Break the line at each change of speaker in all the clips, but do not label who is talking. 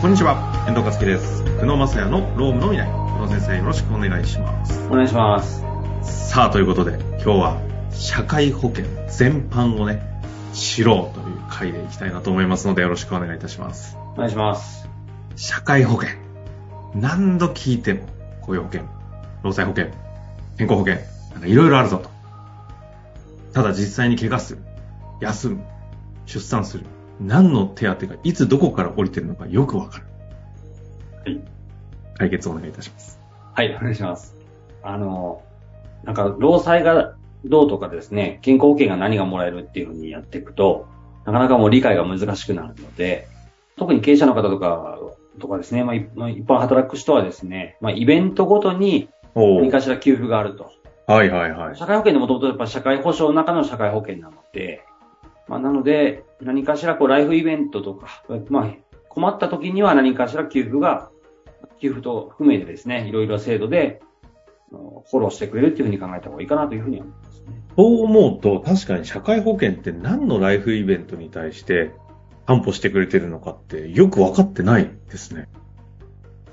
こんにちは、遠藤和樹です。久野正也のロームの未来。久野先生、よろしくお願いします。
お願いします。
さあ、ということで、今日は社会保険全般をね、知ろうという回でいきたいなと思いますので、よろしくお願いいたします。
お願いします。
社会保険。何度聞いても、雇用保険、労災保険、健康保険、なんかいろいろあるぞと。ただ実際に怪我する、休む、出産する、何の手当がいつどこから降りてるのかよくわかる。
はい。
解決をお願いいたします。
はい、お願いします。あの、なんか、労災がどうとかですね、健康保険が何がもらえるっていうふうにやっていくと、なかなかもう理解が難しくなるので、特に経営者の方とか、とかですね、まあ、いまあ一般働く人はですね、まあ、イベントごとに
お
何かしら給付があると。
はいはいはい。
社会保険でもともとやっぱ社会保障の中の社会保険なので、まあ、なので、何かしらこうライフイベントとか、まあ、困った時には何かしら給付が、給付と含めてですね、いろいろ制度で、あのフォローしてくれるっていうふうに考えた方がいいかなというふうに思いますね。
そう思うと、確かに社会保険って何のライフイベントに対して担保してくれてるのかってよくわかってないですね。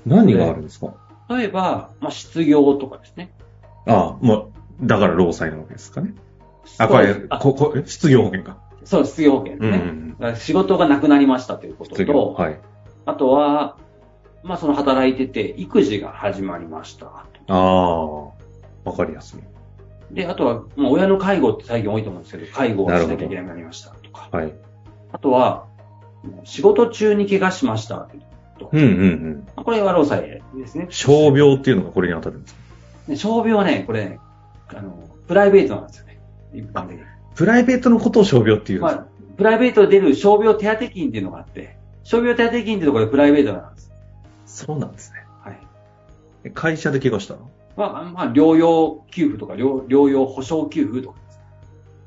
何があるんですか
例えば、まあ、失業とかですね。
ああ、もう、だから労災なわけですかね。あ、これ、
あ
こ、こ、え失業保険か。
そう、失業保険で
う
す
んう
ね。
ん
だから仕事がなくなりましたというこ
うん。
と
失業。
と、
はい。
あとは、まあ、その働いてて、育児が始まりましたと。
ああ、わかりやすい。
で、あとは、まあ、親の介護って最近多いと思うんですけど、介護をしなきゃいけなくなりましたとか。
はい。
あとは、仕事中に怪我しましたと。
うんうんうん。
これは労災ですね。
傷病っていうのがこれに当たるんですか
で傷病はね、これね、あの、プライベートなんですよね。一般的に。
プライベートのことを傷病っていうん
ま
で
あ
すか、
プライベートで出る傷病手当金っていうのがあって、傷病手当金っていうのはこれプライベートなんです。
そうなんですね。
はい。
え会社で怪我したの
まあ、まあ、療養給付とか、療療養保障給付とか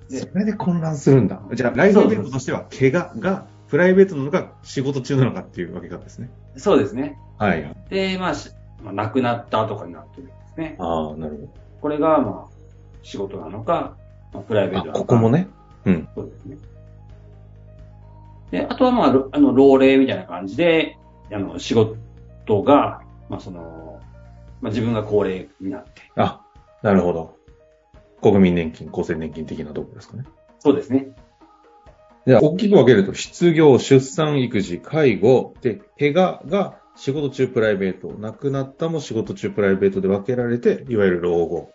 です。で
それで混乱するんだ。じゃあ、ライフイベントとしては、怪我が、プライベートなのか、仕事中なのかっていうわけがですね。
そうですね。
はい。
で、まあ、しまあ、亡くなったとかになってるんですね。
ああ、なる
これが、まあ、仕事なのか、まあ、プライベー
ほど。あ、
トなのか。
ここもね。
そうですね。で、あとは、まあ、ろあの、老齢みたいな感じで、あの、仕事が、まあ、その、まあ、自分が高齢になって。
あ、なるほど。国民年金、厚生年金的なところですかね。
そうですね。
じゃあ、大きく分けると、失業、出産、育児、介護、で、怪我が仕事中プライベート、亡くなったも仕事中プライベートで分けられて、いわゆる老後、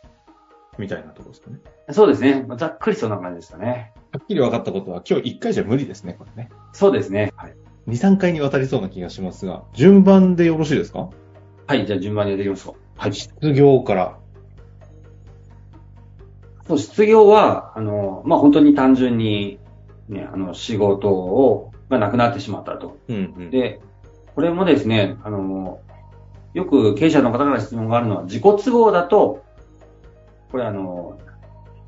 みたいなところですかね。
そうですね。まあざっくりそんな感じでしたね。
はっきり分かったことは、今日1回じゃ無理ですね、これね。
そうですね。はい。
2、3回にわたりそうな気がしますが、順番でよろしいですか
はい、じゃあ順番にやっていきましょう。はい。
失業から。
そう、失業は、あの、まあ、本当に単純に、ね、あの、仕事を、がなくなってしまったと。
うんうん
で、これもですね、あの、よく経営者の方から質問があるのは、自己都合だと、これあの、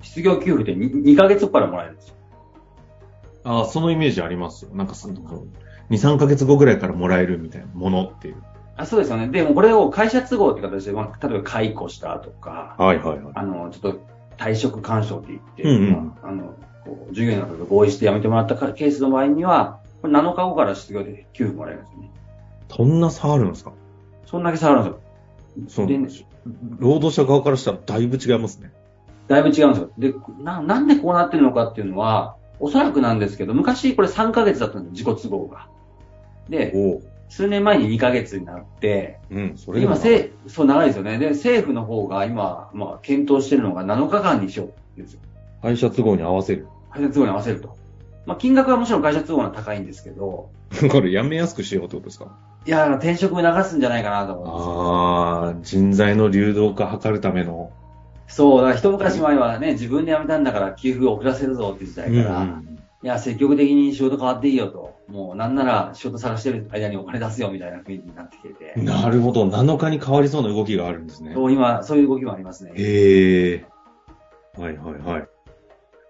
失業給付って 2, 2ヶ月後からもらえるんですよ。
ああ、そのイメージありますよ。なんかその、2、3ヶ月後ぐらいからもらえるみたいなものっていう。
あそうですよね。でもこれを会社都合って形で、まあ、例えば解雇したとか、
はいはいはい。
あの、ちょっと退職干渉って言って、
うんうん
まあ、あの、こう従業員の方と合意して辞めてもらったかケースの場合には、これ7日後から失業で給付もらえるんですよね。
そんな差あるんですか
そんだけ差あるんですよ。
そ
で
の、労働者側からしたらだいぶ違いますね。
だいぶ違うんですよ。で、な、なんでこうなってるのかっていうのは、おそらくなんですけど、昔これ3ヶ月だったんですよ、自己都合が。で、
お
数年前に2ヶ月になって、
うん、それでも
今
な
せ、そう長いですよね。で、政府の方が今、まあ、検討してるのが7日間にしようって言うんですよ。
会社都合に合わせる。
会社都合に合わせると。まあ、金額はもちろん会社都合の方が高いんですけど、
これやめやすくしようってことですか
いや、転職を流すんじゃないかなと思うんですよ。
ああ、人材の流動化図るための。
そう、だから一昔前はね、自分で辞めたんだから給付を遅らせるぞっていう時代から、いや、積極的に仕事変わっていいよと。もう、なんなら仕事探してる間にお金出すよみたいな雰囲気になってきてて。
なるほど。7日に変わりそうな動きがあるんですね。
そう今、そういう動きもありますね。
へえ。はいはいはい。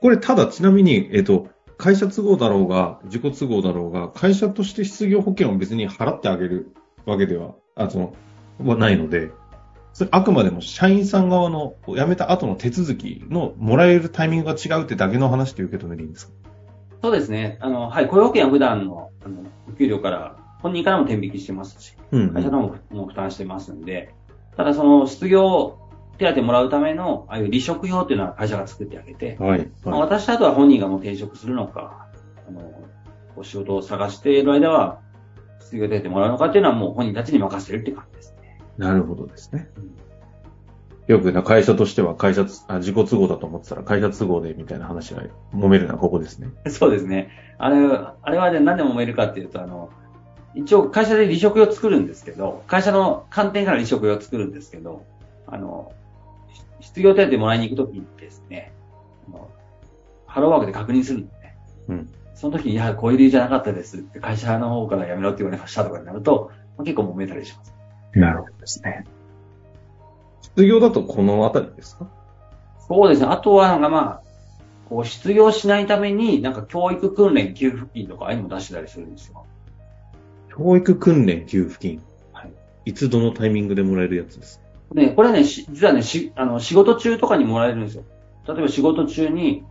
これ、ただちなみに、えっ、と、会社都合だろうが、自己都合だろうが、会社として失業保険を別に払ってあげるわけでは、あその、はないので、それあくまでも社員さん側の辞めた後の手続きのもらえるタイミングが違うってだけの話って受け止めていいんですか
そうですね。あの、はい、雇用保険は普段の、あの、お給料から本人からも天引きしてますし、
うん。
会社の方もも負担してますんで、ただその失業手当もらうための、ああいう離職用っていうのは会社が作ってあげて、
はい。
まあ、
は
私とあとは本人がもう転職するのか、あの、こう仕事を探している間は、失業手当もらうのかっていうのはもう本人たちに任せてるって感じですね。
い。なるほどですね。よくな、会社としては会社つあ、自己都合だと思ってたら会社都合でみたいな話が揉めるのはここですね。
そうですね。あれ、あれはね、何で揉めるかっていうと、あの、一応会社で離職用作るんですけど、会社の観点から離職用作るんですけど、あの、し失業手当もらいに行くときにですね、あのハローワークで確認するんでね。
うん
その時に、いや、こういう理由じゃなかったですって、会社の方からやめろって言われましたとかになると、まあ結構揉めたりします。
なるほどですね。失業だとこのあたりですか
そうですね。あとは、なんかまあ、こう、失業しないために、なんか教育訓練給付金とか、ああいうのも出してたりするんですよ。
教育訓練給付金。
はい。
いつどのタイミングでもらえるやつですか
ね、これね、し実はね、し、あの、仕事中とかにもらえるんですよ。例えば仕事中に、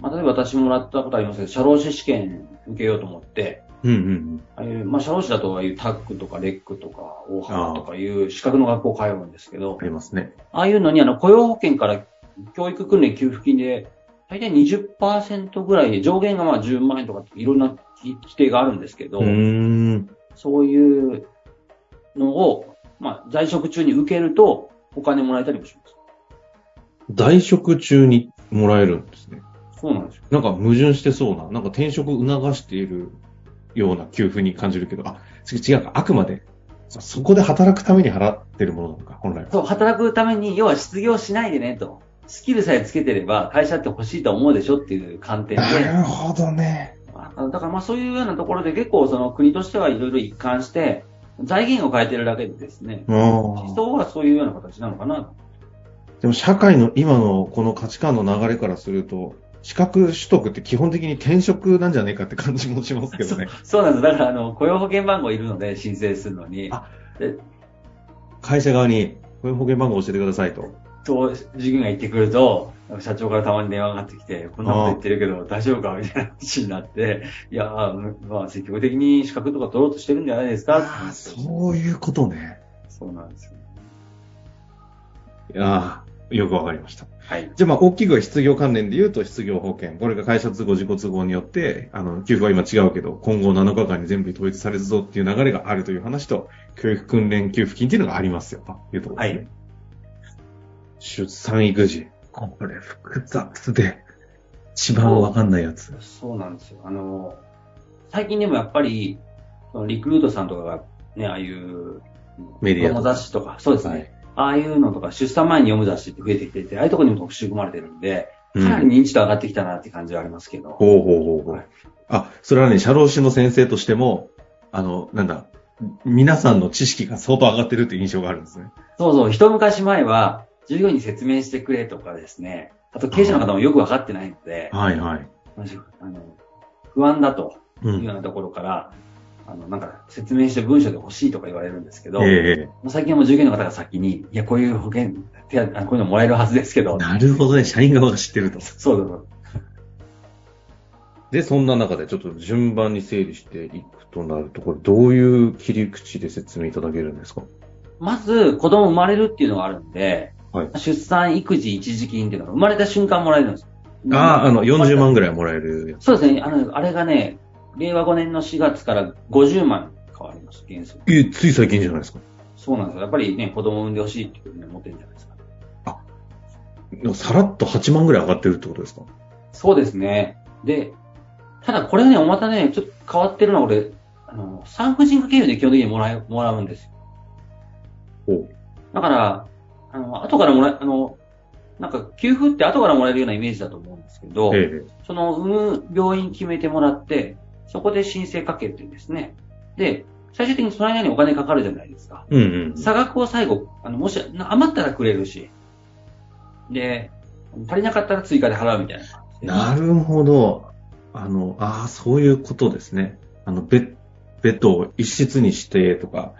まあ、例えば私もらったことありますけど、社労士試験受けようと思って、
うんうんうん。
ああいう、まあ、社労士だと、ああいうタックとかレックとか、大浜とかいう資格の学校通うんですけど
あ、りますね。
ああいうのに、あの、雇用保険から教育訓練給付金で、大体20%ぐらいで、上限がまあ10万円とかっていろんなき規定があるんですけど、
うーん。
そういうのを、まあ、在職中に受けると、お金もらえたりもします。
在職中にもらえるんですね。
そうなんですよ。
なんか矛盾してそうな、なんか転職を促しているような給付に感じるけど、あ、違う違うか、あくまで、そそこで働くために払ってるものなのか、本来は。
そう、働くために、要は失業しないでねと。スキルさえつけてれば会社って欲しいと思うでしょっていう観点で。
るほどね。
まあだからまあそういうようなところで結構その国としてはいろいろ一貫して、財源を変えてるだけでですね、
あ
思
あ。
想はそういうような形なのかな。
でも社会の今のこの価値観の流れからすると、資格取得って基本的に転職なんじゃねえかって感じもしますけどね。
そうなんです。だからあの、雇用保険番号いるので申請するのに、
あ会社側に、こういう保険番号教えてくださいと。
と、従業員が行ってくると、社長からたまに電話がかかってきて、こんなこと言ってるけど大丈夫かみたいな話になって、いや、まあ積極的に資格とか取ろうとしてるんじゃないですかって話をして
ういうことね。
そうなんですよ。
いやーよくわかりました。
はい。
じゃあ、まあ、大きくは失業関連で言うと、失業保険。これが会社都合、自己都合によって、あの、給付は今違うけど、今後7日間に全部統一されるぞっていう流れがあるという話と、教育訓練給付金っていうのがありますよ、というところですね。
は
出産育児。これ複雑で、一番わかんないやつ。
そうなんですよ。あの、最近でもやっぱり、そのリクルートさんとかが、ね、ああいう、
メディア
子
とか
供雑誌とか、そうですね。
はい
ああいうのとか、出産前に読む雑誌って増えてきていて、ああいうところにも特集組まれてるんで、
う
か
ん
なり認知度上がってきたなって感じはありますけど。
ほうほうほうほ
は
う
い。
あ、それはね、社労士の先生としても、あの、なんだ、皆さんの知識が相当上がってるっていう印象があるんですね。
そうそう、一昔前は、従業員に説明してくれとかですね、あと経営者の方もよくわかってないので、
はいはい。
あの不安だと
う
いう
ん。
ようなところから、あの、なんか説明して文章で欲しいとか言われるんですけど、
ええ
もう最近はもう従業員の方が先に、いや、こういう保険、手当あこういうのもらえるはずですけど、
なるほどね、社員側が知ってると。
そうそうそう。
で、そんな中でちょっと順番に整理していくとなると、これどういう切り口で説明いただけるんですか
まず、子供生まれるっていうのがあるんで、
はい
出産育児一時金っていうのが生まれた瞬間もらえるんですよ。
ああ、あの、40
万。
万ぐらいもらえるやつ。
そうですね。あの、あれがね、令和5年の4月から50万変わります、原則。
え、つい最近じゃないですか。
そうなんですよ。やっぱりね、子供産んでほしいっていうふうに思ってるんじゃないですか。
でもさらっと8万ぐらい上がってるってことですか
そうですね。で、ただこれね、またね、ちょっと変わってるのは俺、あの、産婦人科経由で基本的にもらえもらうんですよ。
おう
だから、あの、後からもらえ、あの、なんか、給付って後からもらえるようなイメージだと思うんですけど、
ええ。
その、産む病院決めてもらって、そこで申請かけてですね。で、最終的にその間にお金かかるじゃないですか。
うんうん。
差額を最後、あの、もし、な余ったらくれるし、で、足りなかったら追加で払うみたいな感じで。
なるほど。あの、ああ、そういうことですね。あの、ベッ、ベッドを一室にしてとか、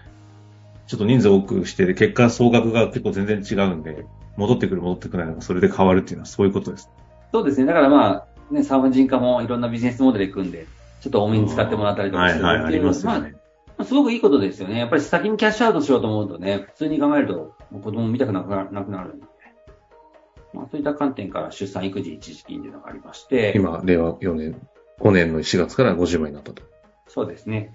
ちょっと人数多くして、結果総額が結構全然違うんで、戻ってくる戻ってくないのがそれで変わるっていうのはそういうことです。
そうですね。だからまあ、ね、産婦人科もいろんなビジネスモデルで組んで、ちょっと多めに使ってもらったりとかするっていう。
はいはい、ありますよね。
まあまあすごくいいことですよね。やっぱり先にキャッシュアウトしようと思うとね、普通に考えると、もう子供見たくなくななくなるんで。まあ、そういった観点から出産育児一時金というのがありまして、
今、令和4年、5年の4月から50万になったと。
そうですね。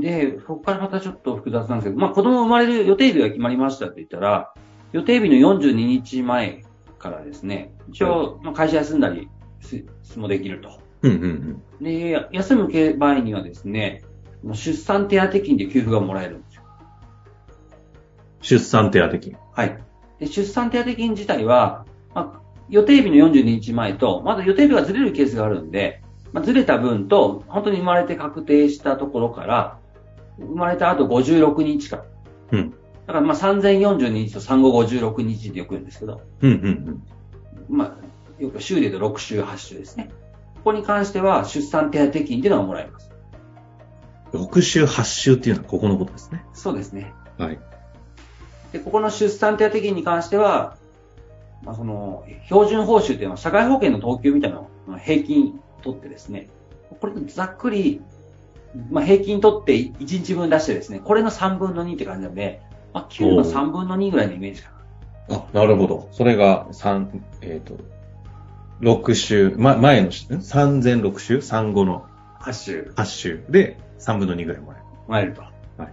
で、そこからまたちょっと複雑なんですけど、まあ子供生まれる予定日が決まりましたって言ったら、予定日の42日前からですね、一応、まあ会社休んだりすもできると。
うんうんうん。
で、休む場合にはですね、出産手当金で給付がもらえるんですよ。
出産手当金。
はい。で、出産手当金自体は、まあ、予定日の42日前と、まだ予定日がずれるケースがあるんで、まあ、ずれた分と、本当に生まれて確定したところから、生まれた後56日間。
うん。
だからまあ3042日と3556日でよく言うんですけど、
うんうん
まあ、よく週で言うと6週、8週ですね。ここに関しては出産手当金っていうのがもらえます。
うん。6週、8週っていうのはここのことですね。
そうですね。
はい。
で、ここの出産手当金に関しては、まあ、その、標準報酬というのは社会保険の等級みたいなのを平均取ってですね、これざっくり、まあ、平均取って1日分出してですね、これの3分の2って感じなので、まあ、給の3分の2ぐらいのイメージかな。
あ、なるほど。それが3、えっ、と、6週、ま、前の週、ん3006週、35の
8週
8週で3分の2ぐらいもらえる。
もらえると。はい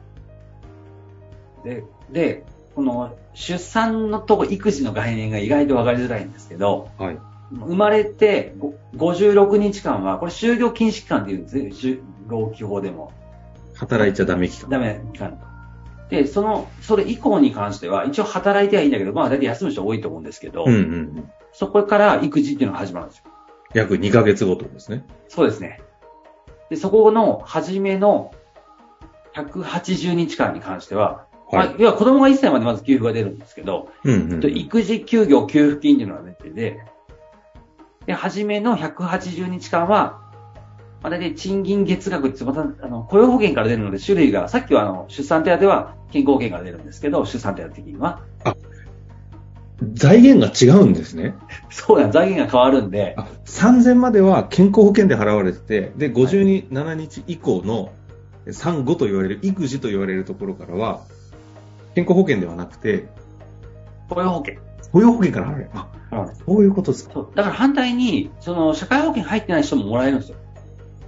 で、で、この出産のとこ育児の概念が意外と分かりづらいんですけど、
はい。
生まれてご56日間は、これ就業禁止期間っていうんですね、就労基法でも。
働いちゃダメ期間。
ダメ期間で、その、それ以降に関しては、一応働いてはいいんだけど、まあ大体休む人多いと思うんですけど、
うんうんうん。
そこから育児っていうのが始まるんですよ。
約2ヶ月ごとですね。
そうですね。で、そこの初めの180日間に関しては、
は
まあ
い。
要は子供が1歳までまず給付が出るんですけど、
うんうん
と育児休業給付金っていうのが出てて、で、初めの180日間は、まあ、大体賃金月額って、また、あの、雇用保険から出るので種類が、さっきはあの、出産手当は健康保険から出るんですけど、出産手当金は。
財源が違うんですね。
そうなん、財源が変わるんで、
あ、3000までは健康保険で払われてて、で、57日以降の産後と言われる、育児と言われるところからは、健康保険ではなくて、
雇用保険。
雇用保険から払われる。あ、
うん
そういうことですか。
そう。だから反対に、その、社会保険入ってない人ももらえるんですよ。
ああ。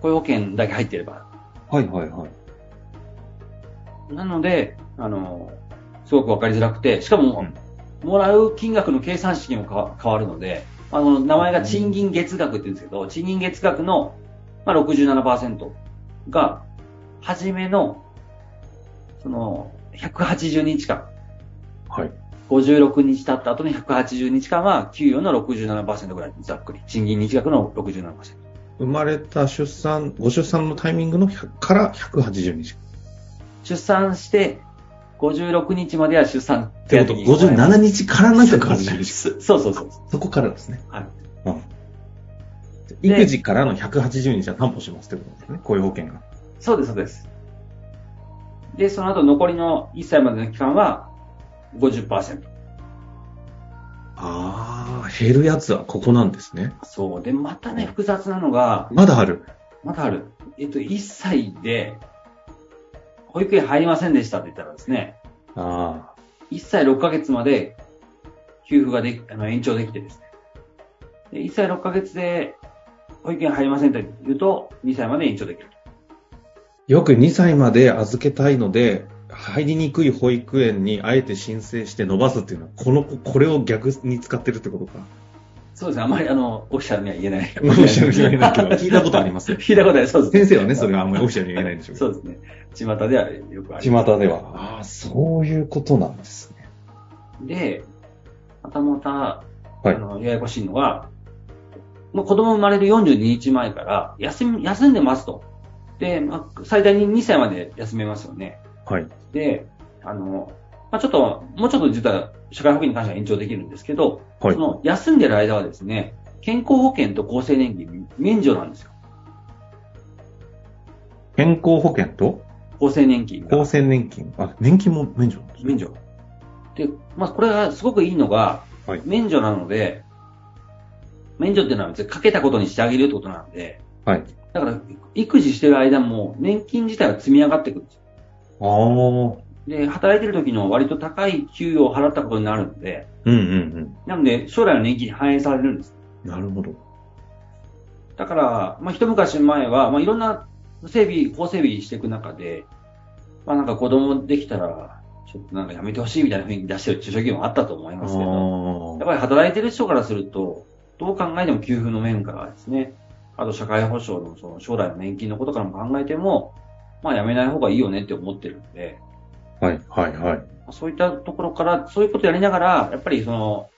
雇用保険だけ入ってれば。
はいはいはい。
なので、あの、すごくわかりづらくて、しかも、もらう金額の計算式もか変わるので、あの、名前が賃金月額って言うんですけど、賃金月額の、まあ、67%が、初めの、その、180日間、
はい。
56日経った後の180日間は、給与の67%ぐらい、ざっくり。賃金日額の67%。
生まれた出産、ご出産のタイミングの100から180日。
出産して、56日までは出産
ってこと、57日からの180日。
日。そうそうそう。
そこからですね。
はい
うん。育児からの180日は担保しますってことですね、雇用保険が。
そうです、そうです。で、その後残りの1歳までの期間は50%。
ああ、減るやつはここなんですね。
そう。で、またね、複雑なのが、
まだある。
まだある。えっと、1歳で、保育園入りませんでしたって言ったらですね、
あ
1歳6ヶ月まで給付ができ、あの延長できてですね。で1歳6ヶ月で保育園入りませんって言うと、2歳まで延長できる。
あ。よく2歳まで預けたいので、入りにくい保育園にあえて申請して伸ばすっていうのは、この、これを逆に使ってるってことか。
そうですね。あんまり、あの、オフィシャルには言えない。
オフィシャルには言え ないけど 聞いたことありますよ
聞いたことあります。そうです。
先生はね、それはあんまりオフィシャルに言えないんでしょうけ
そ
ど。
うですね。巷ではよくあり
巷
ます。
では。ああ、そういうことなんですね。
で、またまた、
はい
あのややこしいのが、もう子供生まれる42日前から休み休んでますと。で、まあ、最大に2歳まで休めますよね。
はい。
で、あの、まあ、ちょっと、もうちょっと実は社会保険に関しては延長できるんですけど、
はい
そ。の休んでる間はですね、健康保険と厚生年金免除なんですよ。
健康保険と
厚生年金が。
厚生年金。あ、年金も免除なんですね
免除。で、まあ、これがすごくいいのが、
はい
免除なので、免除っていうのは別にかけたことにしてあげるってことなんで、
はい。
だから、育児してる間も、年金自体は積み上がっていくんですよ。
ああ。うん
で、働いてる時の割と高い給与を払ったことになるので、
うんうん。
なので、将来の年金に反映されるんです。
なるほど。
だから、まあ、一昔前は、まあ、いろんな整備、法整備していく中で、まあ、なんか子供できたら、ちょっとなんかやめてほしいみたいな雰囲気出してる中小企業もあったと思いますけど、やっ
あ
ぱり働いてる人からすると、どう考えても給付の面からですね、あと社会保障のその将来の年金のことからも考えても、まあやめない方がいいよねって思ってるんで、
あ。はいはいはい。
そういったところから、そういうことやりながら、やっぱりその、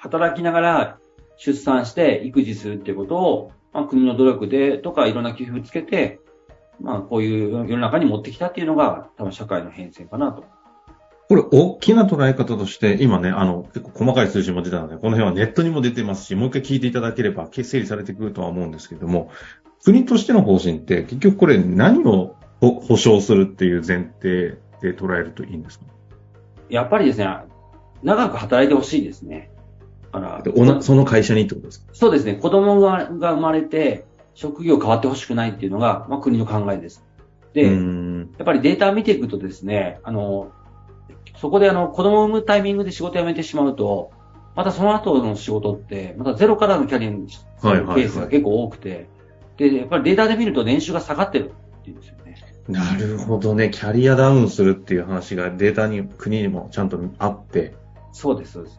働きながら出産して育児するっていうことを、まあ、国の努力でとかいろんな給付つけて、まあこういう世の中に持ってきたっていうのが多分社会の変遷かなと。
これ、大きな捉え方として、今ね、あの、結構細かい数字も出たので、この辺はネットにも出てますし、もう一回聞いていただければ、け整理されてくるとは思うんですけども、国としての方針って、結局これ何をほ保障するっていう前提で捉えるといいんですか
やっぱりですね、長く働いてほしいですね。だから
でおなその会社にってことですか
そうですね、子供がが生まれて職業変わってほしくないっていうのが、まあ、国の考えです。で、
うーん。
やっぱりデータ見ていくとですね、あの、そこであの、子供を産むタイミングで仕事辞めてしまうと、またその後の仕事って、またゼロからのキャリアにす
はい
る
はいはい
ケースが結構多くて、で、やっぱりデータで見ると年収が下がってるっていうんですよね。
なるほどね。キャリアダウンするっていう話がデータに、国にもちゃんとあって。
そうです、そうです。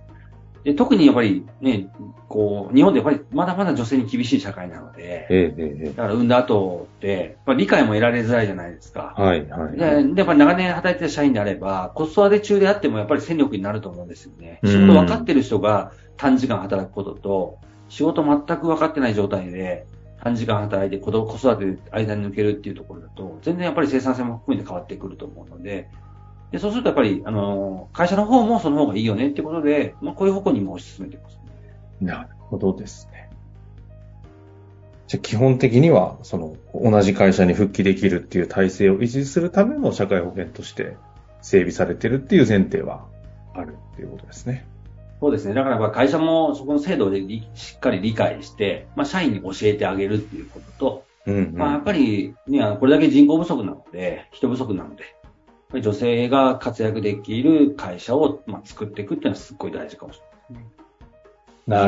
で、特にやっぱりね、こう、日本でやっぱりまだまだ女性に厳しい社会なので、
ええええええ。
だから産んだ後って、まあ、理解も得られづらいじゃないですか。
はいはい。
で、でやっぱり長年働いてた社員であれば、子育て中であってもやっぱり戦力になると思うんですよね。仕事分かってる人が短時間働くことと、仕事全く分かってない状態で短時間働いて子供子育てで間に抜けるっていうところだと、全然やっぱり生産性も含めて変わってくると思うので、でそうするとやっぱり、あの、会社の方もその方がいいよねってことで、まあ、こういう方向にも推し進めてます、
なるほどですね。じゃあ基本的には、その、同じ会社に復帰できるっていう体制を維持するための社会保険として整備されてるっていう前提はあるっていうことですね。
そうですね。だからやっぱ会社もそこの制度でりしっかり理解して、まあ、社員に教えてあげるっていうこと
う
と、
ん、
まあ、やっぱり、ね、あのこれだけ人口不足なので、人不足なので、やっぱり女性が活躍できる会社を、まあ、作っていくっていうのはすっごい大事かもしれない。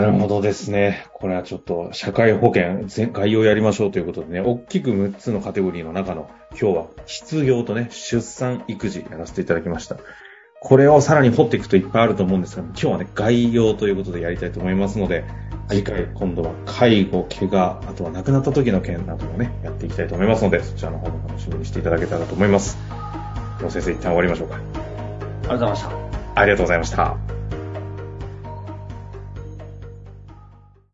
なるほどですね。これはちょっと社会保険全概要やりましょうということでね、大きく6つのカテゴリーの中の今日は失業とね、出産育児やらせていただきました。これをさらに掘っていくといっぱいあると思うんですが、今日はね、概要ということでやりたいと思いますので、次回今度は介護、怪我、あとは亡くなった時の件などもね、やっていきたいと思いますので、そちらの方も楽しみにしていただけたらと思います。では先生、一旦終わりましょうか。
ありがとうございました。
ありがとうございました。